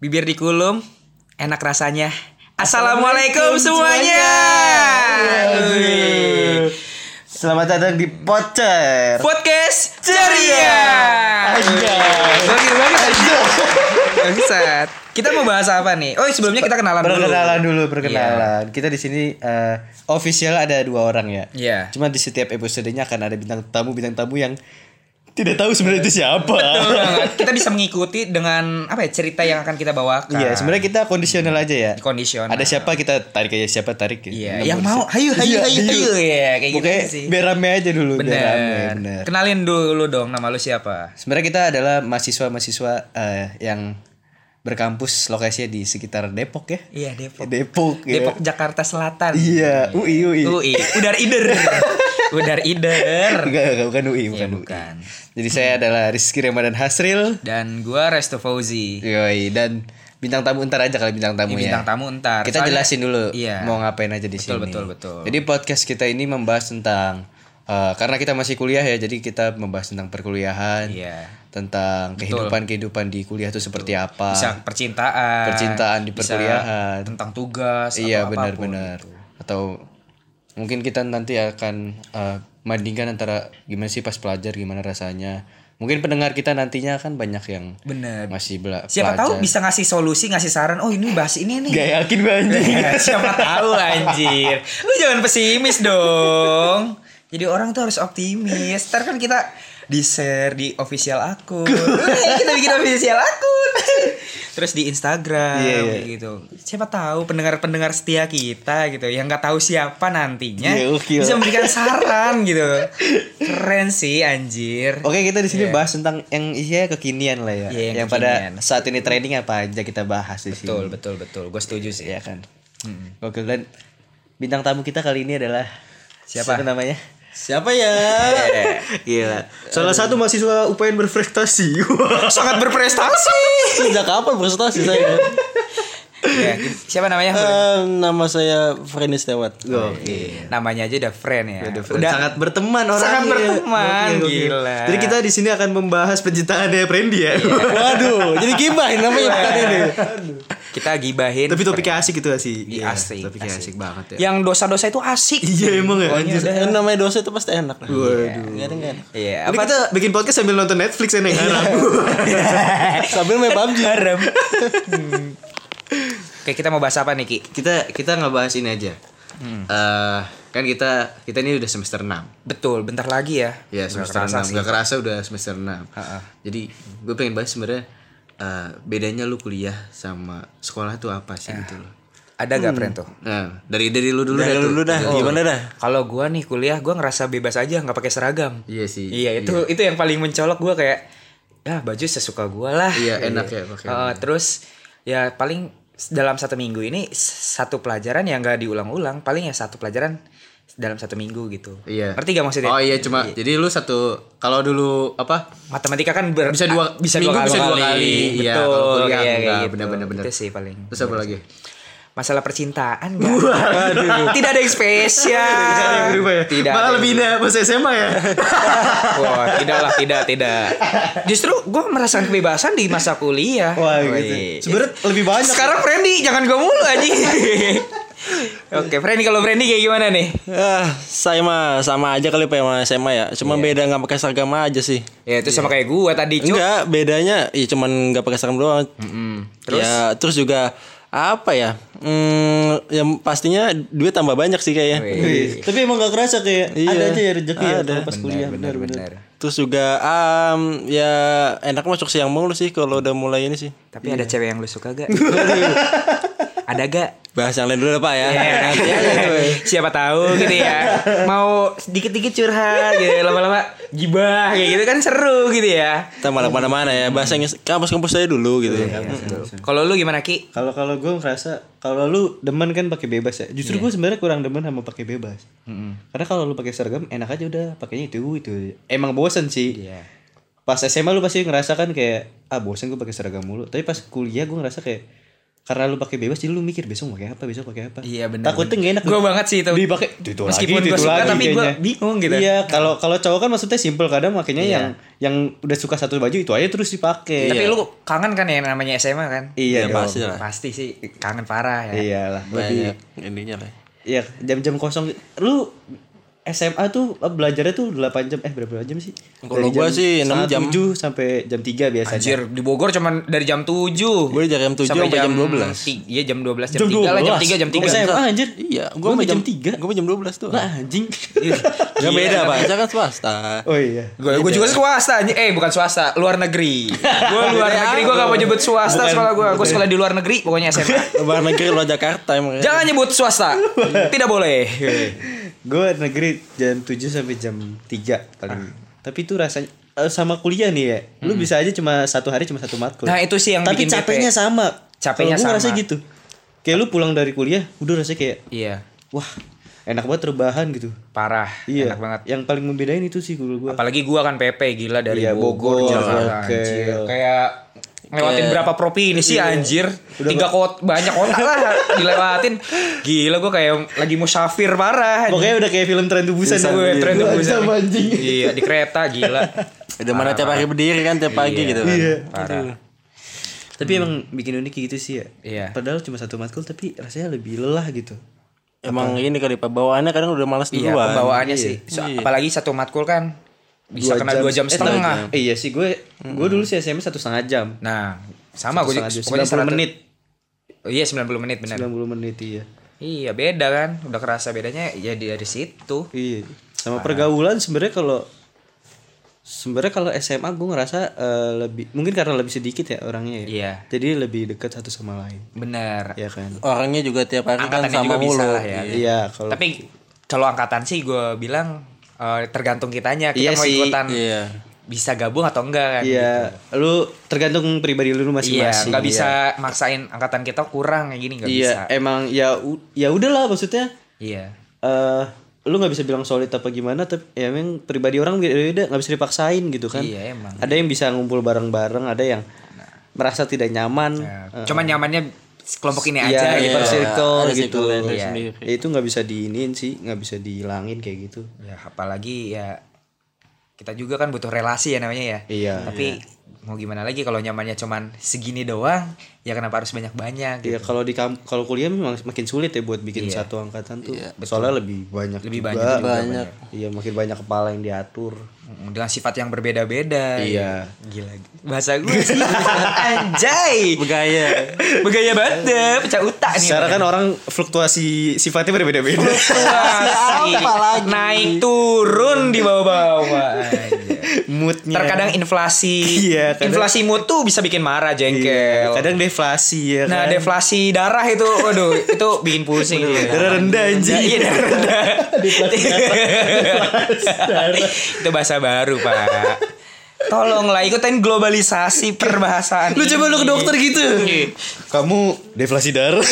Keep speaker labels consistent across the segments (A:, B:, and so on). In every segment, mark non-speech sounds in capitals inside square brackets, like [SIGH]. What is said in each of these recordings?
A: bibir dikulum, enak rasanya. Assalamualaikum semuanya. Wih.
B: Selamat datang di Pocher.
A: Podcast ceria.
B: Anjay.
A: Wih. Bagus bagus. Bangsat. Kita mau bahas apa nih? Oh, sebelumnya kita kenalan dulu. Iya.
B: Perkenalan dulu, perkenalan. Kita di sini eh, official ada dua orang ya.
A: Iya.
B: Cuma di setiap episodenya akan ada bintang tamu, bintang tamu yang tidak tahu sebenarnya itu siapa.
A: Betul banget. Kita bisa mengikuti dengan apa ya cerita yang akan kita bawakan.
B: Iya, sebenarnya kita kondisional aja ya.
A: Kondisional.
B: Ada siapa kita tarik aja siapa tarik. ya?
A: Iya,
B: Nomor
A: yang mau,
B: si-
A: ayo, ayo,
B: Iya,
A: ayo, ayo, ya, kayak gitu
B: Pokoknya
A: sih.
B: biar rame aja dulu, biar rame,
A: Bener.
B: bener.
A: Kenalin dulu dong nama lu siapa?
B: Sebenarnya kita adalah mahasiswa-mahasiswa eh, yang berkampus lokasinya di sekitar Depok ya.
A: Iya, Depok.
B: Depok. ya.
A: Depok Jakarta Selatan.
B: Iya, UI UI.
A: UI. Udar
B: [LAUGHS]
A: ider. Udar ider.
B: Enggak, enggak, bukan UI, bukan
A: Iya,
B: UI.
A: bukan.
B: Jadi saya adalah Rizky Ramadan Hasril.
A: Dan gua Resto Fauzi.
B: Yoi, dan bintang tamu ntar aja kali bintang tamu ya.
A: Bintang tamu ntar.
B: Kita
A: Soalnya-
B: jelasin dulu
A: Iya.
B: mau ngapain aja di
A: Betul,
B: sini.
A: betul, betul.
B: Jadi podcast kita ini membahas tentang eh, karena kita masih kuliah ya, jadi kita membahas tentang perkuliahan,
A: Iya.
B: tentang kehidupan-kehidupan di kuliah itu seperti apa.
A: Bisa percintaan.
B: Percintaan di
A: bisa
B: perkuliahan.
A: Tentang tugas atau apapun.
B: Iya
A: gitu.
B: benar-benar. Atau mungkin kita nanti akan eh, bandingkan antara gimana sih pas pelajar gimana rasanya. Mungkin pendengar kita nantinya kan banyak yang
A: Benar.
B: masih bela
A: Siapa tahu
B: pelajar.
A: bisa ngasih solusi, ngasih saran. Oh, ini bahas ini nih.
B: Gak yakin gue
A: [LAUGHS]
B: anjing.
A: Siapa tahu anjir. Lu jangan pesimis dong. Jadi orang tuh harus optimis. Ntar kan kita di share di official akun. Eh, kita bikin official akun. Terus di Instagram
B: Iya, iya.
A: gitu. Siapa tahu pendengar-pendengar setia kita gitu yang nggak tahu siapa nantinya
B: Iya, gokil.
A: bisa memberikan saran gitu. Keren sih anjir.
B: Oke kita di sini bahas tentang yang iya kekinian lah ya.
A: Iya, yang
B: yang pada
A: kekinian.
B: saat ini trending apa aja kita bahas di sini.
A: Betul, betul, betul. Gue setuju sih.
B: Ya kan. Gokil dan bintang tamu kita kali ini adalah
A: Siapa? [LAUGHS]
B: namanya?
C: Siapa ya?
A: Iya.
B: [LAUGHS] Gila. Salah satu mahasiswa UPN berprestasi. [LAUGHS]
A: Sangat berprestasi.
C: Sejak kapan presentasi saya?
A: Ya, siapa namanya?
C: Eh, nama saya Frenny Stewart.
B: Gokil.
A: namanya aja udah friend ya.
B: Iya. Udah, sangat berteman orangnya.
A: Sangat berteman,
B: Gokil, gokil.
A: gila.
B: Jadi kita di sini akan membahas penciptaannya Prendi ya.
C: Iya. Waduh, jadi gibah ini namanya bukan ini.
A: kita gibahin.
B: Tapi topiknya asik itu asik.
A: Di
B: Iya,
A: asik,
B: Topiknya asik,
A: asik.
B: banget ya.
A: yang dosa-dosa itu asik.
B: Iya emang ya.
A: Pokoknya
B: anjir.
A: udah.
C: Iya, Yang namanya dosa itu pasti enak. lah.
B: Waduh.
C: Nggak ada nggak ada.
A: Iya,
B: Ini
A: apa?
B: kita bikin podcast sambil nonton Netflix ya Neng Haram.
C: [LAUGHS] Sambil main PUBG.
B: [LAUGHS]
A: Haram. Hmm. Oke, kita mau bahas apa nih, Ki?
B: kita kita nggak bahas ini aja.
C: Hmm.
B: Eh, kan kita kita ini udah semester 6.
A: Betul, bentar lagi ya.
B: Ya
A: Nggak
B: semester
A: kerasa
B: enam
A: sih.
B: Gak kerasa udah semester 6 Jadi gue pengen bahas sebenarnya eh, Bedanya lu kuliah sama sekolah tuh apa sih gitu loh
A: Ada gak, friend tuh? Oh,
B: Nah, dari dari lu dulu
C: Eh. Dari
B: tuh. Iya.
C: dulu dah, Oh, gimana dah?
A: Kalau gua nih kuliah, gua ngerasa bebas aja, nggak pakai seragam.
B: Iya sih.
A: Iya, itu itu yang paling mencolok gua kayak ya baju sesuka gua lah.
B: Iya, enak ya pakai.
C: Oh.
A: Heeh, Eh, terus ya paling s- dalam satu minggu ini s- satu pelajaran yang nggak diulang-ulang, paling ya satu pelajaran dalam satu minggu gitu.
B: Iya.
A: Ngerti gak maksudnya?
B: Oh iya cuma jadi lu satu kalau dulu apa?
A: matematika kan ber-
B: Bisa dua-
A: bisa
B: seminggu
A: dua
B: bisa dua kali. Iya,
A: Betul.
B: kalau
A: iya,
B: kuliah enggak,
A: kayak gitu.
B: bener-bener, bener.
A: Itu sih paling.
B: Terus apa lagi?
A: Masalah percintaan nggak? Tidak ada yang spesial.
C: Ah.
A: Tidak. ada
B: Iya, ya? Malah
A: yang-
B: lebih indah pas SMA ya.
A: Wah, tidak lah, tidak, tidak. Justru gue merasakan kebebasan di masa kuliah.
B: Wah, gitu.
A: Wih.
B: Sebenarnya lebih banyak.
A: Sekarang Frendy, jangan gue mulu aja.
B: [LAUGHS]
A: Oke, Frendy kalau Frendy kayak gimana nih?
C: [LAUGHS] Ah, saya mah sama aja kali Pak sama SMA ya. Cuma
B: Iya.
C: beda nggak pakai seragam aja sih.
A: Ya itu sama kayak gue tadi cuy.
C: Enggak, bedanya ya cuman nggak pakai seragam doang.
A: Terus?
C: Terus? Ya, terus juga apa ya? Hmm, yang pastinya duit tambah banyak sih kayaknya.
B: Tapi emang gak kerasa kayak
C: Iya.
B: ada aja ya rezeki ya
C: Ada.
B: kalau pas kuliah benar-benar.
C: Terus juga am ya enak masuk siang mulu sih kalau udah mulai ini sih.
A: Tapi
B: Iya.
A: ada cewek yang lu suka
B: [LAUGHS]
A: gak? ada gak? Eh,
C: Bahas yang lain dulu deh, Pak ya.
A: Iya.
C: Nanti aja tuh.
A: Siapa tahu gitu ya. Mau dikit-dikit curhat gitu, lama-lama gibah kayak gitu kan seru gitu ya.
C: Kita malah kemana-mana ya Bahas yang kampus-kampus saya dulu gitu
B: Iya.
A: Kalau lu gimana Ki?
B: Kalau kalau gue ngerasa kalau lu demen kan pakai bebas ya.
C: Iya.
B: Justru gue sebenarnya kurang demen sama pakai bebas. Karena kalau lu pakai seragam enak aja udah pakainya itu itu. Emang bosen sih.
A: Iya.
C: kan
B: Pas SMA lu pasti ngerasakan kayak ah bosen gue pakai seragam mulu. Tapi pas kuliah gue ngerasa kayak
C: karena lu pakai bebas jadi lu mikir besok pakai apa besok pakai apa
A: Iya, benar.
C: takutnya nggak enak
A: Gua banget sih itu.
C: dipakai itu
A: Meskipun
C: lagi,
A: gua
C: itu
A: suka,
C: lagi
A: tapi gua
C: kayaknya.
A: bingung gitu.
C: iya kalau kalau cowok kan maksudnya simple kadang makanya
A: Iya.
C: yang yang udah suka satu baju itu aja terus dipakai
A: Tapi lu kangen kan ya yang namanya SMA kan?
B: Iya,
C: iya dong.
B: pasti lah.
A: Pasti sih kangen parah ya.
C: iyalah lebih
B: banyak ininya lah
C: ya jam-jam kosong lu SMA tuh eh, belajarnya tuh 8 jam eh berapa jam sih?
B: Kalau gua sih 6 jam.
C: 7 sampai jam 3 biasanya.
A: Anjir, di Bogor cuman dari jam 7.
B: Gua dari jam 7 sampai jam 12.
A: ti- Iya, jam 12, jam, 3 lah, jam 3, jam 3.
C: Gua SMA anjir.
B: iya
C: ah, gua
B: gua
C: sampai
B: mah
C: jam
B: jam
C: 3.
B: gua mah jam 12 tuh
C: Lah anjing.
B: Gak beda pak saya kan swasta
C: [LAUGHS] oh iya.
A: Gue gue
B: gitu ya?
A: juga swasta, anjing. eh bukan swasta, luar
B: [LAUGHS]
A: negeri. Gue luar
B: Beda
A: negeri, gue gak mau nyebut swasta sekolah gue. Gue sekolah di luar negeri, pokoknya
B: [LAUGHS]
A: SMA.
B: luar negeri luar Jakarta emang
A: Jangan nyebut
B: [LAUGHS]
A: swasta, tidak boleh.
C: Gua negeri jam 7 sampai jam 3
A: Ah.
C: paling. Tapi itu rasanya eh, sama kuliah nih ya. Lu bisa aja cuma satu hari cuma satu matkul.
A: Hmm. Nah, itu sih yang
C: Tapi
A: bikin
C: capeknya
A: bete.
C: sama.
A: Capeknya
C: Kalau gua ngerasa
A: sama.
C: gitu. Kayak lu pulang dari kuliah udah rasanya kayak
A: Iya,
C: wah, enak banget rebahan gitu.
A: parah,
C: Iya.
A: enak banget.
C: Yang paling membedain itu sih kalau gua.
A: Apalagi gue kan PP gila dari
C: Iya,
A: Bogor,
C: Bogor,
A: Jakarta,
C: Oke.
A: anjir. Kayak ngelewatin
B: Kayak-
A: berapa provinsi
C: iya.
A: anjir tiga kota banyak kota lah [LAUGHS] dilewatin gila gue kayak lagi musafir parah anjir.
C: Pokoknya udah kayak film Tren ya. to Busan.
A: Bisa
C: dah.
A: gue tren
C: Dua
A: tuh
C: jam,
A: Busan.
C: anjing.
A: Iya di kereta
C: [LAUGHS]
A: gila.
B: udah mana tiap hari berdiri kan tiap pagi gitu kan
A: Iya. Parah.
C: Tapi emang bikin unik gitu sih ya.
A: Iya.
C: Hmm. Padahal cuma satu matkul tapi rasanya lebih lelah gitu.
B: emang ini kali pak bawaannya kadang udah malas
A: Iya
B: duluan
A: pembawaannya sih. So- apalagi satu matkul kan bisa kena dua jam
C: Eh, tapi-
A: setengah.
C: Eh, iya sih gue gue
A: Hmm.
C: dulu sih SMA satu setengah jam.
A: Nah sama gue
C: Setengah jam,
A: pokoknya
C: 90
A: 100
C: menit.
A: Iya 90 menit benar.
C: 90 menit iya.
A: Iya beda kan udah kerasa bedanya ya dari situ.
C: Iya. Sama pergaulan sebenarnya kalau sebenarnya kalau SMA gue ngerasa eh, lebih mungkin karena lebih sedikit ya orangnya ya.
A: Iya.
C: Jadi lebih dekat satu sama lain.
A: Bener.
C: Iya kan.
B: orangnya juga tiap hari kan
A: Angkatannya
B: sama
A: juga bisa
B: mulu
A: lah ya.
C: Iya, kalau
A: Tapi kalau angkatan sih gue bilang eh, tergantung kitanya kita
C: Iya
A: mau
C: sih,
A: ikutan
B: iya
A: bisa gabung atau enggak kan.
C: Iya, lu tergantung pribadi lu
A: Iya,
C: masing-masing.
A: nggak bisa maksain angkatan kita kurang kayak gini nggak bisa.
C: Iya, emang ya u- ya udahlah maksudnya
A: Iya.
C: eh lu nggak bisa bilang solid apa gimana tapi ya emang pribadi orang beda nggak bisa dipaksain gitu kan.
A: Iya, Nah. emang.
C: Ada yang bisa ngumpul bareng-bareng, ada yang merasa tidak nyaman.
A: Nah, Cuman nyamannya kelompok ini
C: Eh. Iya,
A: aja
C: di
A: gitu.
C: per circle
B: Ada
C: gitu.
B: circle-nya
C: Iya.
B: sendiri.
C: Ya, itu nggak bisa diinin sih, nggak bisa dihilangin kayak gitu.
A: Ya apalagi ya kita juga kan butuh relasi ya namanya ya.
C: Iya.
A: Tapi mau gimana lagi kalau nyamannya cuman segini doang, ya kenapa harus banyak-banyak gitu.
C: Ya kalau di kamp- kalau kuliah memang makin sulit ya buat bikin satu angkatan tuh. Soalnya lebih banyak
A: Lebih
C: juga.
A: banyak juga,
B: banyak.
C: Iya, makin banyak kepala yang diatur.
A: Mm, Dengan sifat yang berbeda-beda.
C: Iya.
A: Gila. Bahasa gue sih. [LAUGHS] Anjay.
B: bergaya
A: Begaya banget deh, pecah utak nih.
C: Secara kan orang fluktuasi sifatnya berbeda-beda.
A: [LAUGHS] Fluktuasi.
B: Apa lagi?
A: Naik turun di bawah-bawah. Anjay.
C: Moodnya.
A: Terkadang inflasi.
C: Iya, kadang-
A: Inflasi mood tuh bisa bikin marah jengkel.
C: kadang deflasi ya
A: nah,
C: kan.
A: deflasi darah itu waduh, itu bikin pusing.
C: Darah rendah anjing.
A: Ya, iya, darah rendah.
C: darah.
A: itu bahasa baru, Pak. Tolonglah ikutin globalisasi perbahasaan.
C: Lu coba lu ke
A: ini.
C: dokter gitu.
A: Iya. [LAUGHS]
C: Kamu deflasi darah.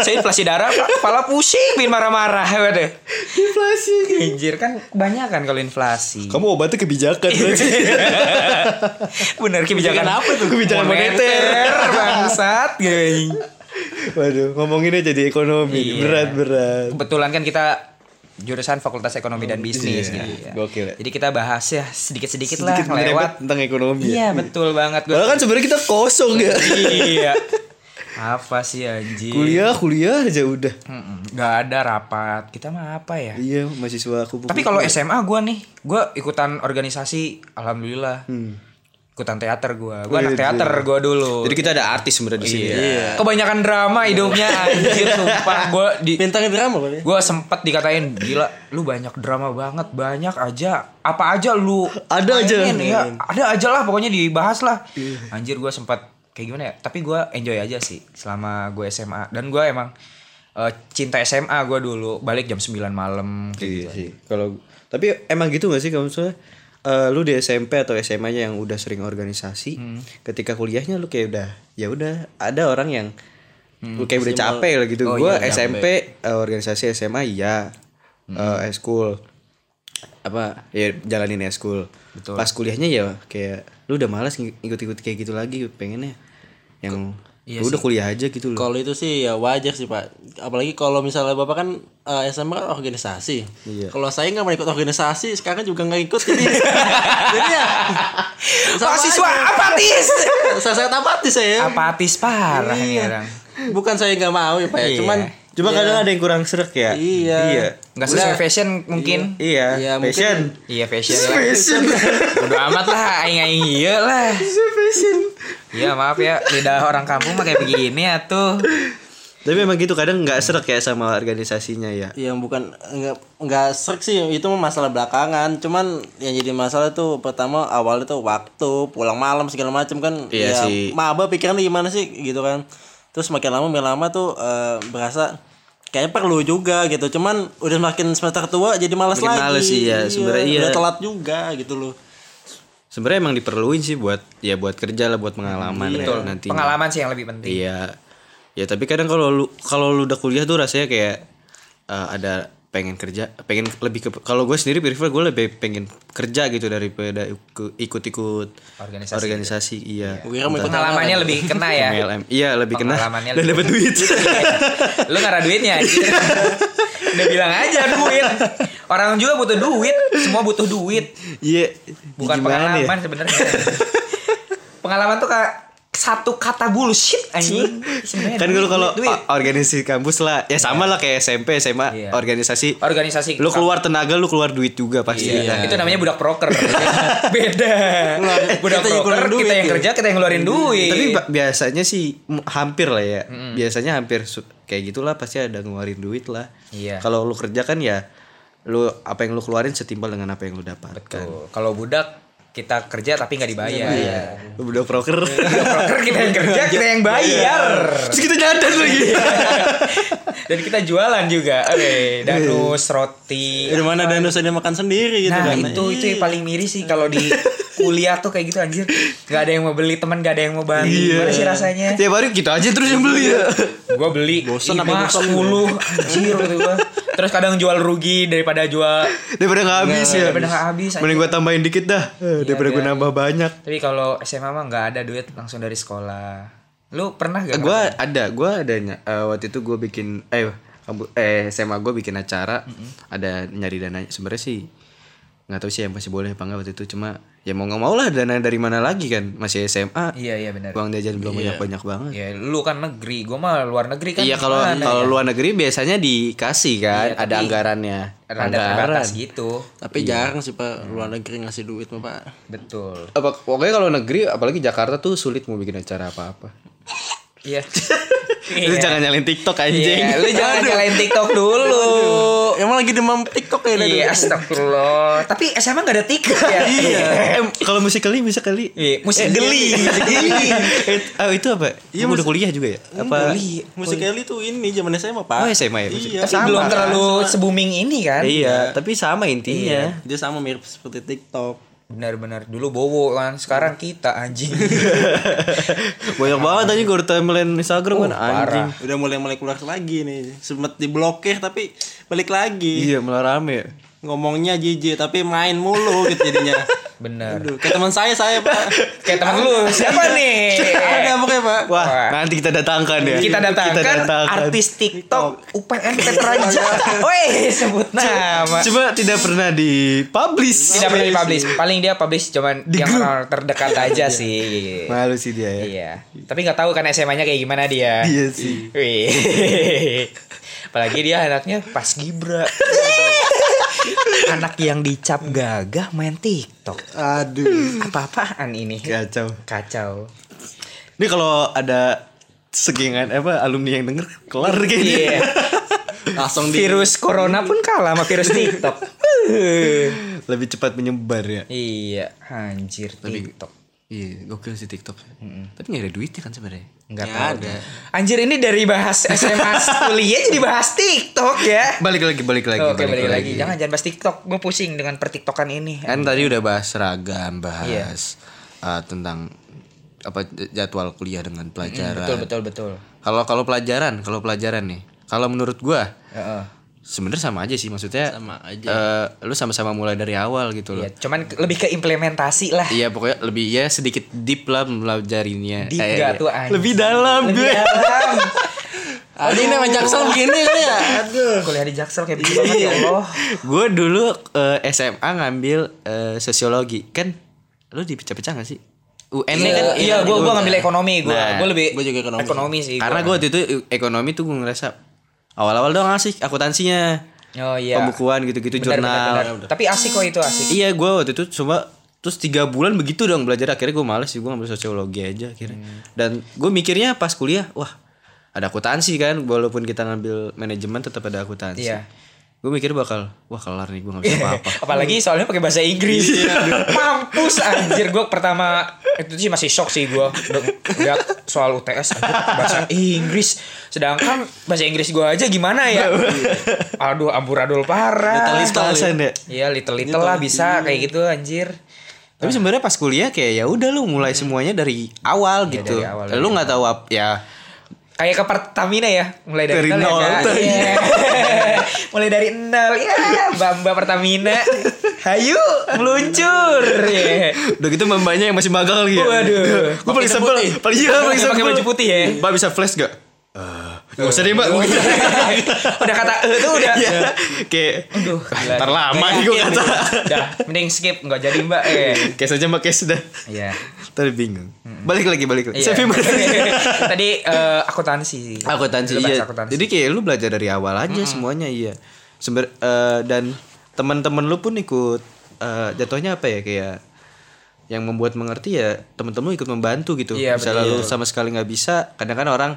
A: Saya inflasi darah, Pak. kepala pusing, bikin marah-marah. Waduh.
C: deflasi.
A: Anjir kan kebanyakan kalau inflasi.
C: Kamu obatnya kebijakan
A: Iya.
C: berarti.
A: Bener kebijakan
C: Kebijakan apa tuh? Kebijakan
A: moneter bangsat gitu. anjing.
C: [LAUGHS] Waduh, ngomonginnya jadi ekonomi.
A: Iya.
C: Berat-berat.
A: Kebetulan kan kita jurusan Fakultas Ekonomi dan Bisnis
C: Iya.
A: gitu ya.
C: Gokil ya.
A: Jadi kita bahas ya sedikit-sedikit lah lewat.
C: Sedikit menyerempet tentang ekonomi.
A: Iya, betul banget gue.
C: [LAUGHS] Padahal kan sebenarnya kita kosong ya.
A: iya. Apa sih anjir?
C: kuliah, kuliah aja udah.
A: Mm-mm, Nggak ada rapat. Kita mah apa ya?
C: Iya, mahasiswa aku.
A: Tapi kalau SMA gue nih, gue ikutan organisasi, alhamdulillah.
C: Hmm.
A: Ikutan teater gue. Gue anak
C: Wih,
A: teater gue dulu.
C: Oh, iya, Jadi kita ada artis sebenarnya di sini.
A: Iya. Kebanyakan drama hidupnya anjir sumpah gua di
C: Iya.
B: bintang drama kali ya.
A: gua sempet dikatain gila lu banyak drama banget banyak aja apa aja lu
C: Ada aja.
A: mainin, ya, ada aja lah pokoknya dibahas lah anjir gua sempet kayak gimana ya tapi gua enjoy aja sih selama gue SMA dan gua emang eh, cinta SMA gua dulu balik jam 9 malam kayak
C: Iya sih. Kalau tapi emang gitu gak sih kamu soalnya eh, lu di SMP atau SMA-nya yang udah sering organisasi, ketika kuliahnya lu kayak udah ya udah ada orang yang lu kayak udah capek lah gitu. gua SMP eh, organisasi SMA iya. Eh, eskul apa ya jalanin eskul. Pas kuliahnya ya kayak lu udah malas ngikut-ikut kayak gitu lagi pengennya yang Ya udah kuliah aja gitu loh.
B: Kalau itu sih ya wajar sih Pak. Apalagi kalau misalnya Bapak kan eh, SMA kan organisasi. Kalau saya nggak mau ikut organisasi, sekarang juga nggak ikut jadi. [LAUGHS] jadi ya. sama
A: Mahasiswa
B: aja.
A: apatis.
B: Saya sangat apatis saya.
A: apatis parah
B: Iya.
A: nih orang.
B: Bukan saya nggak mau ya Pak. ya.
A: Iya.
B: Cuman
C: Cuma kadang ada yang kurang serak ya.
B: Iya.
C: Iya.
A: Enggak
B: Udah.
A: sesuai fashion mungkin.
C: Iya.
B: Iya, mungkin-
C: Passion.
A: Iya fashion. lah. Udah amat lah aing-aing iya lah. Iya maaf ya, lidah orang kampung mah kayak begini ya tuh.
C: Tapi memang gitu kadang nggak serak ya sama organisasinya ya.
B: yang bukan nggak nggak serik sih itu mah masalah belakangan cuman yang jadi masalah tuh pertama awalnya tuh waktu pulang malam segala macam kan
C: Iya
B: ya,
C: sih.
B: maba pikirannya gimana sih gitu kan terus makin lama makin lama tuh eh, berasa kayaknya perlu juga gitu cuman udah makin semester tua jadi malas
C: Makin
B: lagi
C: males, iya, sebenarnya iya.
B: udah telat juga gitu loh
C: Sebenarnya emang diperluin sih buat ya buat kerja lah buat pengalaman ya nanti.
A: Pengalaman sih yang lebih penting.
C: Iya. Ya tapi kadang kalau lu kalau lu udah kuliah tuh rasanya kayak eh, ada pengen kerja, pengen lebih ke kalau gue sendiri prefer gue lebih pengen kerja gitu daripada iku- ikut-ikut
A: Organisasi
C: organisasi, iya.
B: Gue kira mau ikut
A: Pengalamannya
B: tantangan.
A: lebih kena ya.
C: MLM. Iya, lebih kena
A: Pengalamannya
C: dan
A: lebih-
C: dapat duit.
A: Lu nggak ada duitnya anjir. Udah bilang aja duit. Orang juga butuh duit, semua butuh duit.
C: Iya.
A: Bukan
C: gimana ya?
A: pengalaman sebenarnya. pengalaman tuh kayak satu kata bullshit anjing. Sebenarnya
C: Kan
A: Eh, duit,
C: dulu kalau
A: duit, duit.
C: o- organisasi kampus lah, ya sama lah kayak SMP, SMA,
A: Iya.
C: organisasi.
A: organisasi
C: Lu keluar tenaga, lu keluar duit juga pasti. Nah,
A: Iya, itu namanya budak proker. [LAUGHS] Beda. budak
B: Kita yang
A: proker
B: ngeluarin
A: kita
B: duit,
A: yang
B: ya.
A: kerja, kita yang ngeluarin duit.
C: Iya. Tapi ba- biasanya sih m- hampir lah ya. Biasanya hampir su- kayak gitulah pasti ada ngeluarin duit lah.
A: Iya.
C: Kalau lu kerja kan ya lu apa yang lu keluarin setimpal dengan apa yang lu dapatkan.
A: Tuh, Gitu. kalau budak kita kerja tapi nggak
B: Iya.
A: dibayar.
C: Lu udah Iya. proker.
A: [LAUGHS] Budak proker kita yang kerja, kita yang bayar. Iya.
C: Terus kita nyadat lagi.
A: [LAUGHS] Dan kita jualan juga. Oke, danus, roti.
B: udah mana dan dosa dia makan sendiri gitu
A: Nah,
B: kan
A: itu itu yang paling miris sih kalau di kuliah tuh kayak gitu anjir. Gak ada yang mau beli, teman gak ada yang mau bantu.
C: Iya.
A: Gimana sih rasanya?
C: Tiap hari kita aja terus yang beli
A: Iya.
C: ya.
A: gue beli
B: Bosen apa
A: lima
B: bosen?
A: sepuluh anjir gitu gua. terus kadang jual rugi daripada jual
C: Daripada nggak habis ya.
A: daripada nggak habis,
C: Mending gua tambahin dikit dah. Eh, Daripada gua
A: kan.
C: nambah banyak.
A: tapi kalau SMA mah nggak ada duit langsung dari sekolah lu pernah gak
C: gue Eh, ada gue adanya eh, waktu itu gue bikin eh kampu- eh SMA gue bikin acara ada nyari dana sebenarnya sih nggak tahu sih yang masih boleh apa enggak waktu itu cuma ya mau nggak mau lah dana dari mana lagi kan masih SMA
A: iya iya benar
C: uang jajan belum banyak banyak banget
A: ya lu kan negeri gue mah luar negeri kan
C: iya kalau
A: gimana
C: kalau
A: ya?
C: luar negeri biasanya dikasih kan
A: Iya,
C: ada anggarannya
A: rada terbatas gitu
B: tapi
C: Iya.
B: jarang sih pak luar negeri ngasih duit mah pak
A: betul
C: apa pokoknya kalau negeri apalagi Jakarta tuh sulit mau bikin acara apa apa
A: iya
C: [LAUGHS] lu jangan nyalin TikTok anjing
A: Iya, lu jangan nyalain TikTok dulu.
C: Oh.
B: emang lagi demam tiktok ya dari
A: Iya, astagfirullah. Tapi SMA gak ada TikTok ya?
C: [LAUGHS] Iya. kalau musik kali bisa kali.
A: Iya, musik [LAUGHS] geli.
C: musik geli. It- oh, itu apa? Iya, udah kuliah juga ya? Apa?
A: Geli.
B: Musik Eli tuh ini zaman SMA
C: Oh,
B: pak.
C: SMA ya?
B: Iya.
A: Tapi belum terlalu se-booming ini kan?
C: Iya, tapi sama intinya.
B: Dia sama mirip seperti TikTok.
A: Benar-benar dulu bowo kan, sekarang kita [LAUGHS] anjing.
C: Banyak banget aja gue timeline Instagram kan anjing.
A: Iya. Oh, Parah.
B: Udah mulai mulai keluar lagi nih. Sempet diblokir tapi balik lagi.
C: Iya, malah rame ya.
B: Ngomongnya JJ tapi main mulu gitu jadinya.
A: Benar.
B: Aduh, kayak teman saya saya pak.
A: Kayak teman lu siapa nih?
B: Ada pokoknya pak.
C: Wah,
A: Wah.
C: nanti kita datangkan ya.
A: Kita datangkan, artis TikTok UPN [LAUGHS] Petraja. Woi, sebut nama.
C: Cuma tidak pernah dipublish.
A: Tidak pernah dipublish. Paling dia publish cuman yang orang terdekat aja sih.
C: Malu sih dia ya.
A: Iya. Tapi nggak tahu kan SMA-nya kayak gimana dia.
C: Iya sih.
A: Wih. Apalagi dia anaknya pas Gibra. [LAUGHS] Anak yang dicap gagah main TikTok.
C: Aduh,
A: Apa-apaan ini?
C: kacau.
A: Kacau.
C: Ini kalau ada segengan apa alumni yang denger kelar kayaknya.
A: Iya.
B: Langsung di
A: Virus corona pun kalah sama virus [LAUGHS] TikTok.
C: Lebih cepat menyebar ya.
A: iya, anjir TikTok.
C: Iya, gokil sih TikTok. Tapi nggak ada duitnya kan sebenarnya.
A: Enggak
B: Ya,
A: tahu.
B: ada.
A: Anjir ini dari bahas SMA [LAUGHS] kuliah jadi bahas TikTok ya.
C: Balik lagi, balik lagi,
A: Oke, balik lagi. Jangan jangan bahas TikTok. Gue pusing dengan pertiktokan ini.
C: Kan tadi udah bahas seragam, bahas
B: Iya.
C: eh, tentang apa j- jadwal kuliah dengan pelajaran.
A: Betul, betul, betul.
C: Kalau kalau pelajaran, kalau pelajaran nih. Kalau menurut gua
A: Heeh.
B: sebenarnya sama aja sih maksudnya
C: Sama aja.
B: eh, lu sama-sama mulai dari awal gitu loh
A: Iya, cuman ke- lebih ke implementasi lah.
B: Iya pokoknya lebih ya sedikit deep lah mempelajarinya.
A: Deep
B: Eh,
A: nggak
B: iya.
A: tuh, anjing?
B: Lebih dalam
A: Lebih
B: gue. Ah,
A: dalam. Oh.
C: Aduh, ini namanya jaksel begini kali
A: [LAUGHS]
C: ya. Aduh.
A: Kuliah di Jaksel kayak begini banget ya Allah.
B: gue dulu eh, SMA ngambil eh, sosiologi kan lu dipecah-pecah gak sih? UN
A: Ini
B: kan
A: kan iya gua gua ngambil ekonomi gua.
B: Nah,
A: gua lebih
C: gua juga ekonomi.
A: sih. gua.
B: Karena gue waktu itu eh, ekonomi tuh gue ngerasa awal-awal doang asik akuntansinya.
A: Oh iya.
B: Pembukuan gitu-gitu
A: Benar, benar,
B: jurnal.
A: benar. Tapi asik kok itu asik.
B: Iya gue waktu itu coba terus tiga bulan begitu dong belajar akhirnya gue males sih gue ngambil sosiologi aja akhirnya
A: Hmm.
B: dan gue mikirnya pas kuliah wah ada akuntansi kan walaupun kita ngambil manajemen tetap ada akuntansi
A: Iya.
B: gue mikir bakal wah kelar nih gue nggak bisa
A: [LAUGHS]
B: apa-apa
A: Apalagi soalnya pakai bahasa Inggris. Mampus anjir gua pertama itu sih masih shock sih gua lihat soal UTS anjir, bahasa Inggris. Sedangkan bahasa Inggris gua aja gimana ya? Aduh amburadul parah.
C: Little-little ya.
B: alasan ya
A: Iya little-little lah bisa kayak gitu anjir.
B: tapi sebenarnya pas kuliah kayak ya udah lu mulai semuanya dari awal gitu
A: Iya. dari awal,
B: lu nggak tahu apa ya
A: Kayak ke Pertamina ya, mulai dari,
B: Dari
A: nol,
B: nol,
A: ya, kan?
B: tuh.
A: Iya. [LAUGHS] mulai dari nol ya, bamba Pertamina, hayu meluncur. Iya. [LAUGHS]
B: udah gitu membanya yang masih magang lagi ya.
A: Waduh.
B: gue paling sebel paling iya paling
A: Pakai
B: sebel
A: baju putih ya?
B: mbak bisa flash gak Eh, Gak usah deh mbak [LAUGHS]
A: udah kata eh tuh udah.
B: Iya. Kayak
A: Aduh, gila.
B: Ntar lama
A: Gak
B: nih gue
A: yakin.
B: kata
A: Udah, mending skip nggak jadi Mbak. Eh.
B: Kayak saja mbak case udah
A: Iya.
B: Tadi bingung Balik lagi balik lagi
A: Iya. [LAUGHS]
B: Saya
A: Tadi eh, akuntansi sih.
B: Akuntansi
A: Lu bahas
B: iya
A: akuntansi.
B: Jadi kayak lu belajar dari awal aja semuanya iya Sember, eh, Dan teman-teman lu pun ikut eh, Jatuhnya apa ya kayak yang membuat mengerti ya teman-teman lu ikut membantu gitu
A: Iya,
B: misalnya lu sama sekali nggak bisa kadang kan orang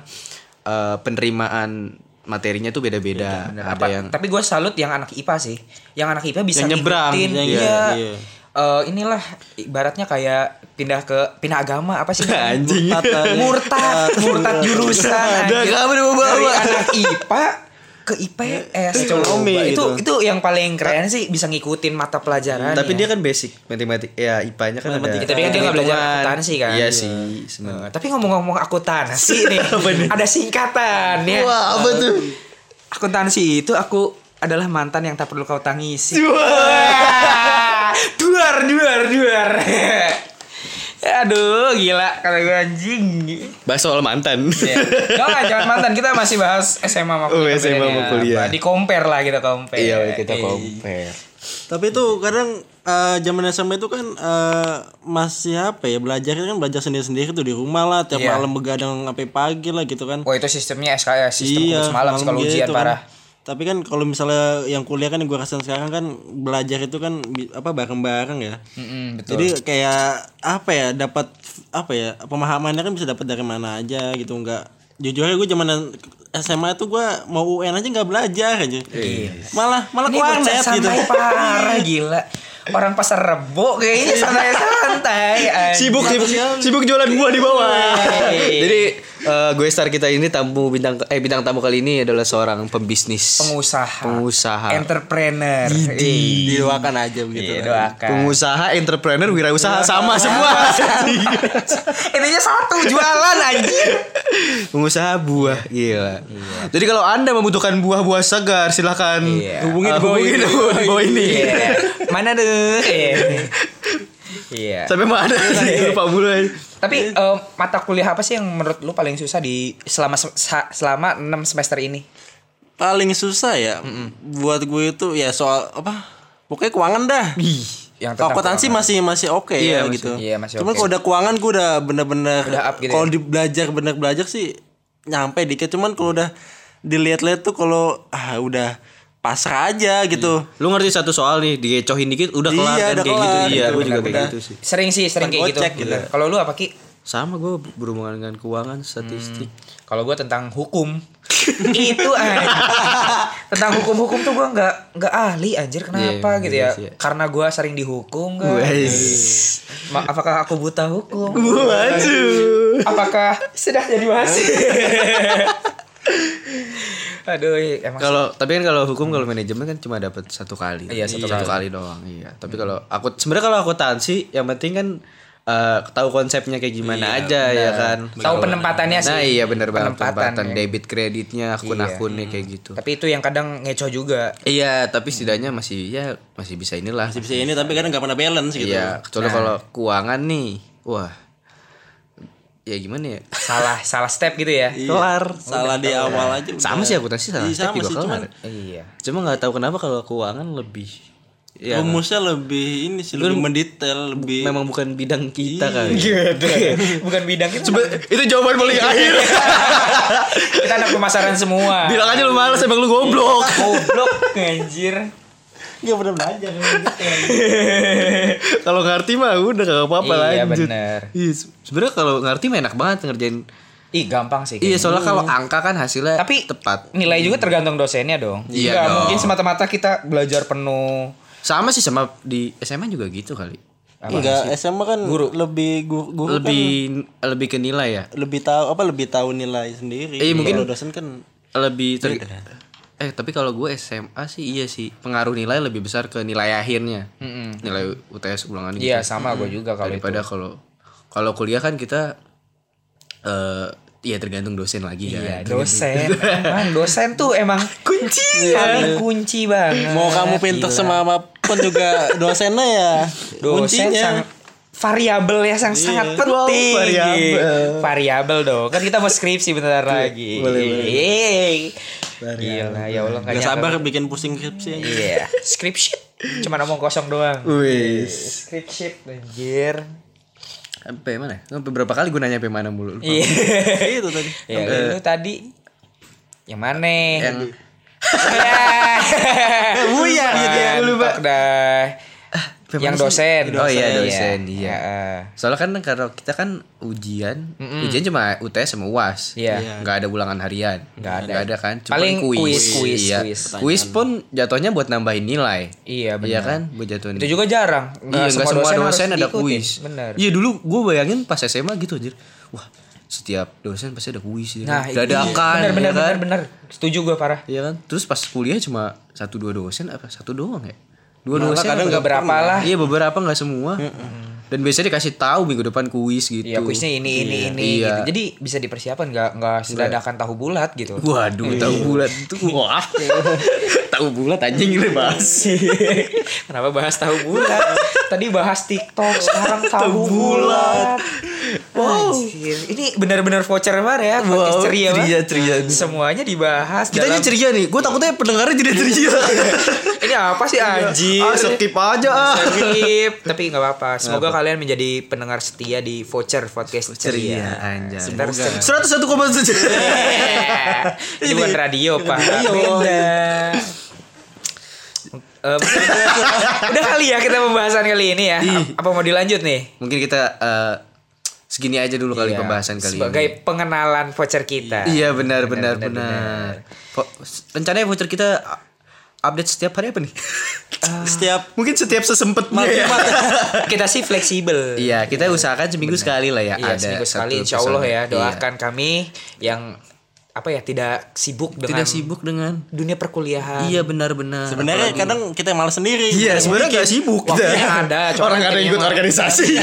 B: eh, penerimaan materinya tuh beda-beda ada
A: Apa-
B: yang
A: tapi gue salut yang anak IPA sih yang anak IPA bisa
B: Yang nyebrang,
A: ngikutin.
B: yang-
A: iya,
B: iya.
A: Eh, inilah ibaratnya kayak pindah ke pindah agama apa sih namanya?
B: [LAUGHS] Anjing.
A: murtad murtad
B: [LAUGHS]
A: murtad jurusan
B: Udah,
A: anjir.
B: kamu dibawa-bawa.
A: dari anak IPA ke IPS
B: ekonomi
A: coba. itu
B: gitu.
A: itu yang paling keren sih bisa ngikutin mata pelajaran ya.
B: tapi dia kan basic matematik ya IPA-nya kan ada.
A: Matematika, tapi kan dia nggak belajar
B: hitungan.
A: akuntansi kan?
B: Iya
A: Iya.
B: sih. sebenarnya.
A: tapi ngomong-ngomong akuntansi
B: [LAUGHS]
A: nih ada singkatan ya
B: apa tuh?
A: akuntansi itu aku adalah mantan yang tak perlu kau tangisi. Wah. [LAUGHS] duar, duar, duar. [LAUGHS] Aduh, gila kata gue anjing.
B: Bahas soal mantan.
A: Ya.
C: Iya.
A: Jangan, jangan mantan kita masih bahas SMA sama
B: Oh, SMA sama
A: bedanya
B: kuliah.
A: apa. Di compare lah kita compare.
B: Iya, kita
A: Eh,
B: compare.
C: Tapi itu kadang eh, zaman SMA itu kan eh, masih apa ya belajarnya kan belajar sendiri-sendiri tuh di rumah lah tiap
A: Iya.
C: malam begadang sampai pagi lah gitu kan. Iya,
A: Oh, itu sistemnya SKS, sistem
B: Iya,
A: khusus malam,
C: malam
A: kalau ujian
C: gitu kan.
A: parah.
C: Tapi kan kalau misalnya yang kuliah kan yang gue rasain sekarang kan belajar itu kan bi- apa bareng-bareng ya.
A: Mm-mm, betul.
C: Jadi kayak apa ya dapat apa ya pemahamannya kan bisa dapat dari mana aja gitu nggak jujur aja gue zaman SMA itu gue mau UN aja nggak belajar aja malah malah ke
A: Iya. Ini bocah
C: warnet gitu
A: santai
B: [LAUGHS]
A: parah gila. Orang pasar rebo kayaknya santai-santai. anjing.
B: Sibuk sibuk, [LAUGHS]
A: Iya,
B: sibuk jualan buah di bawah.
C: Iya,
B: Jadi eh, gue star kita ini tamu bintang eh bintang tamu kali ini adalah seorang pembisnis.
A: pengusaha.
B: Pengusaha.
A: Entrepreneur. Ih.
C: diluakan aja begitu
A: Iya,
C: kan.
A: doakan.
B: Pengusaha, entrepreneur, wirausaha sama semua.
A: [LAUGHS] Intinya satu jualan anjir.
B: [LAUGHS] Pengusaha buah,
C: Iya.
B: gila. Jadi kalau anda membutuhkan buah-buah segar, silahkan
A: Iya. Eh,
B: hubungin, hubungin,
A: hubungin.
B: hubungin di bawah ini.
A: Iya. [LAUGHS] Mana tuh? Iya. Iya.
B: Sampai mana? Lupa mulai.
A: Tapi eh, mata kuliah apa sih yang menurut lu paling susah di selama se- sa- selama 6 semester ini?
C: paling susah ya buat gue itu ya soal apa pokoknya keuangan dah
A: Yang tentang
C: akuntansi
A: keuangan.
C: masih masih oke
B: Iya,
C: ya
B: masih-
C: gitu
A: iya, masih
C: cuman
A: oke.
C: kalau udah keuangan gue udah bener-bener
A: Udah up gitu
C: kalau
A: ya?
C: di belajar bener belajar sih nyampe dikit cuman kalau udah dilihat-lihat tuh kalau ah udah pasrah aja gitu
B: Lu ngerti satu soal nih, digecohin dikit udah kelar
C: Iya,
B: kan
C: udah
B: kayak
C: kelar,
B: gitu. Iya,
C: gitu,
B: gue juga
C: benar-benar.
B: kayak gitu sih.
A: Sering sih, sering kayak gitu.
C: Gocek gitu.
A: Kalau lu apa Ki?
B: Sama gue berhubungan dengan keuangan, statistik.
A: Hmm. Kalau gue tentang hukum [LAUGHS] itu anjir. tentang hukum-hukum tuh gue nggak nggak ahli anjir kenapa
B: Iya,
A: gitu ya?
B: iya.
A: Karena gue sering dihukum kan.
B: Wes.
A: Ma- apakah aku buta hukum?
B: [LAUGHS] Waduh.
A: Apakah sudah jadi
B: [LAUGHS]
A: wasit? Aduh, iya, emang
B: Kalau tapi kan kalau hukum kalau manajemen kan cuma dapat satu kali.
A: Iya, satu
B: kali. doang. Iya. Tapi kalau aku sebenarnya kalau akuntansi yang penting kan eh, tahu konsepnya kayak gimana aja ya kan.
A: Tahu penempatannya sih.
B: Nah iya bener banget
A: Penempatan,
B: penempatan debit kreditnya akun-akunnya kayak gitu.
A: Tapi itu yang kadang ngecoh juga.
B: Iya tapi setidaknya masih ya masih bisa inilah.
C: Masih bisa Ya ini tapi kadang nggak pernah balance gitu.
B: Iya kecuali kalau keuangan nih, wah ya gimana ya.
A: Salah salah step gitu ya.
B: Kelar.
C: Salah di awal aja. udah.
B: Sama sih akuntansi salah.
C: Iya,
B: step
C: sama
B: juga
C: sih
B: kelar.
C: cuman
A: Iya.
B: Cuma nggak tahu kenapa kalau keuangan lebih ya
C: rumusnya lebih ini sih lebih mendetail lebih
B: memang bukan bidang kita
C: Iya.
B: kali.
A: Gitu.
B: Iya.
A: Bukan bidang kita.
B: [LAUGHS] itu jawaban paling akhir.
A: kita anak pemasaran semua.
B: [LAUGHS] Bilang aja lu malas emang lu goblok.
A: [LAUGHS] Goblok anjir.
C: nggak pernah belajar.
B: kalau ngerti mah udah gak apa-apa
A: Iya,
B: lanjut.
A: bener.
B: Iya, se- sebenarnya kalau ngerti mah enak banget ngerjain.
A: Ih gampang sih.
B: Iya, soalnya
C: Hmm.
B: kalau angka kan hasilnya
A: Tapi
B: tepat.
A: nilai juga tergantung dosennya dong.
B: Iya
A: Nggak
B: dong.
A: mungkin semata-mata kita belajar penuh.
B: Sama sih sama di SMA juga gitu kali.
C: Enggak SMA kan lebih guru, guru kan
B: Lebih lebih ke nilai ya.
C: lebih tahu apa lebih tahu nilai sendiri.
B: Eh, mungkin-
C: Kalau dosen kan
B: Lebih
A: Iya,
B: ter- Eh, tapi kalau gue SMA sih iya sih pengaruh nilai lebih besar ke nilai akhirnya. Nilai UTS ulangan gitu.
A: Iya sama gue juga kalau itu.
B: daripada kalau kalau kuliah kan kita eh ya tergantung dosen lagi kan.
A: Iya
B: [LAUGHS]
A: dosen. Emang dosen tuh emang kunci ya. kunci banget.
C: mau kamu pinter sama apapun juga dosennya ya.
A: [LAUGHS] dosen
C: kuncinya.
A: sangat variabel ya sang sangat penting.
B: Iya. variabel.
A: Variabel dong. Kan kita mau skripsi bentar lagi.
B: boleh,
A: Yeay. Gila ya Allah nggak nyangka.
C: Gak sabar bikin pusing skripsi aja.
A: Iya. Script sheet. Cuma ngomong kosong
B: Iya.
A: doang.
B: Wis.
A: Script sheet anjir.
B: Sampai mana? ya? Sampai berapa kali gue nanya sampai mana mulu? Lupa. [LAUGHS]
A: Iya.
C: [LAUGHS] itu tadi.
A: ya lu tadi yang mana?
B: Eh.
A: Ya.
B: Yang
A: [LAUGHS] Oh iya,
B: Iya, lu lupa. Ah,
A: dah. Yang dosen. ya.
B: Oh iya, dosen, iya.
A: Heeh.
B: Soalnya kan karena kita kan ujian, ujian cuma UTS sama UAS.
A: Iya.
B: Nggak ada ulangan harian. Nggak
A: ada.
B: kan? Cuma
A: Paling
B: kuis.
A: kuis, kuis,
B: iya.
A: kuis.
B: Kuis pun jatuhnya buat nambahin nilai.
A: Iya, benar.
B: Iya kan? Buat jatuhin.
A: Itu juga jarang.
B: Iya, nggak semua dosen,
A: harus
B: ada
A: diikutin.
B: kuis.
A: Bener.
B: Iya dulu gue bayangin pas SMA gitu anjir. Wah, setiap dosen pasti ada kuis ya.
A: Nah,
B: kan?
A: itu
B: dadakan.
A: Bener,
B: ya
A: bener,
B: kan?
A: bener, bener. Setuju gue parah.
B: Iya kan? Terus pas kuliah cuma satu dua dosen apa satu doang ya? Dua
A: Malah
B: dosen
A: kadang
B: apa?
A: nggak berapa lah.
B: Iya beberapa nggak semua. Dan biasanya dikasih tahu minggu depan kuis gitu.
A: Iya, kuisnya ini, ini, ini. Gitu.
B: Iya.
A: Jadi bisa dipersiapkan nggak nggak sedadakan tahu bulat gitu.
B: Waduh, tahu bulat itu
A: [LAUGHS]
B: wah. tahu bulat anjing ini bahas.
A: Kenapa bahas tahu bulat? Tadi bahas TikTok, sekarang tahu bulat. Anjir. Ini benar-benar voucher banget ya, podcast
B: Wow,
A: ceria banget.
B: ceria, ceria.
A: Semuanya dibahas
B: Kita aja
A: dalam-
B: ceria nih. Gue takutnya pendengarnya jadi [LAUGHS] ceria.
A: Ini apa sih anjir?
B: ah, skip aja ah.
A: Skip. Tapi iya. nggak apa-apa. Semoga kalian menjadi pendengar setia di voucher podcast
B: Ceria
A: ceria. Iya.
B: anjay.
A: Sebentar, sebentar.
B: 101,7
A: Ini bukan radio pak.
B: [LAUGHS]
A: Beda. Eh, udah kali ya kita pembahasan kali ini ya.
B: Iya.
A: Apa mau dilanjut nih?
B: [LAUGHS] Mungkin kita eh, segini aja dulu kali
A: Iya,
B: pembahasan kali
A: sebagai
B: ini.
A: pengenalan voucher kita.
B: Iya benar benar
A: benar,
B: benar. Po- Rencananya voucher kita uh, update setiap hari apa nih?
C: Setiap
B: Ah. Mungkin [LAUGHS] setiap sesempatnya
C: Mati-
B: ya.
A: kita sih fleksibel.
B: [LAUGHS] Iya, kita usahakan seminggu sekali lah ya
A: Iya,
B: ada
A: seminggu
B: satu
A: sekali insya Allah
B: episode.
A: ya
B: Iya.
A: doakan kami yang apa ya tidak sibuk dengan
B: Tidak sibuk dengan
A: dunia perkuliahan.
B: Iya benar-benar.
C: sebenarnya kadang kita yang malas sendiri.
B: Iya, sebenarnya gak sibuk.
A: Waktunya ada, cuma
B: Orang gak ada yang ikut organisasi.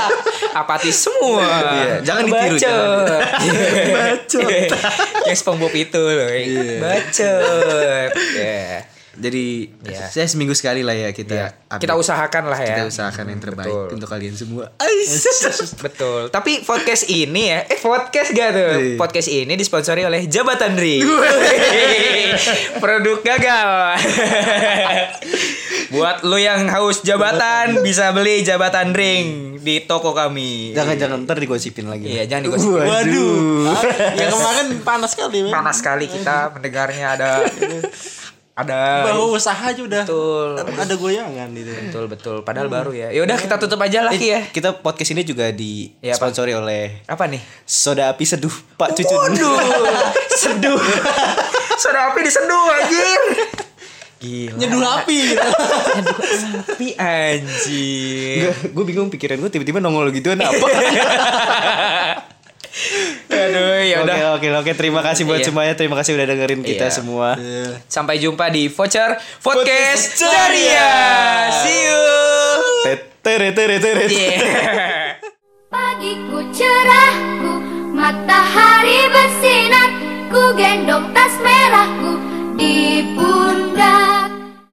A: [LAUGHS] apatis semua.
B: Iya, jangan ditiru, jangan.
A: [LAUGHS]
B: Iya. Bacot.
A: Yang SpongeBob itu loh. Bacot. Iya.
B: Jadi,
A: Iya.
B: saya seminggu sekali lah ya kita update.
A: Kita usahakan lah ya.
B: Kita usahakan yang terbaik
A: Betul.
B: untuk kalian semua.
A: Betul. Tapi podcast ini ya, eh podcast gak tuh?
B: Iya.
A: Podcast ini disponsori oleh Jabatan
B: [LAUGHS]
A: Ri. Produk gagal. Buat lu yang haus jabatan bisa beli jabatan ring di toko kami.
B: Jangan-jangan ntar digosipin lagi.
A: Iya, jangan digosipin.
C: Waduh. yang kemarin panas sekali. men.
A: Panas sekali kita mendengarnya ada ada
C: Bahwa usaha aja udah
A: betul
C: ada goyangan gitu.
A: betul betul padahal baru ya. Ya udah kita tutup aja lah Ki ya.
B: Kita podcast ini juga
A: Iya, Pak.
B: disponsori oleh
A: Apa nih?
B: Soda api seduh Pak Cucu.
A: Waduh, [LAUGHS] seduh. Soda api diseduh anjir. Gila.
C: Nyeduh
A: [LAUGHS]
C: api gitu.
A: Tapi anjir.
B: gue bingung pikiran gue tiba-tiba nongol gitu apa.
A: Aduh, ya
B: oke
A: udah.
B: oke oke terima kasih buat
A: Iya.
B: semuanya terima kasih udah dengerin kita
A: Iya.
B: semua.
A: Sampai jumpa di voucher podcast
B: Podcast
A: Ceria. See you.
B: Tet- tere- tere- tere-
A: [LAUGHS] Yeah.
D: Hatiku cerahku, matahari bersinar, ku gendong tas merahku di pun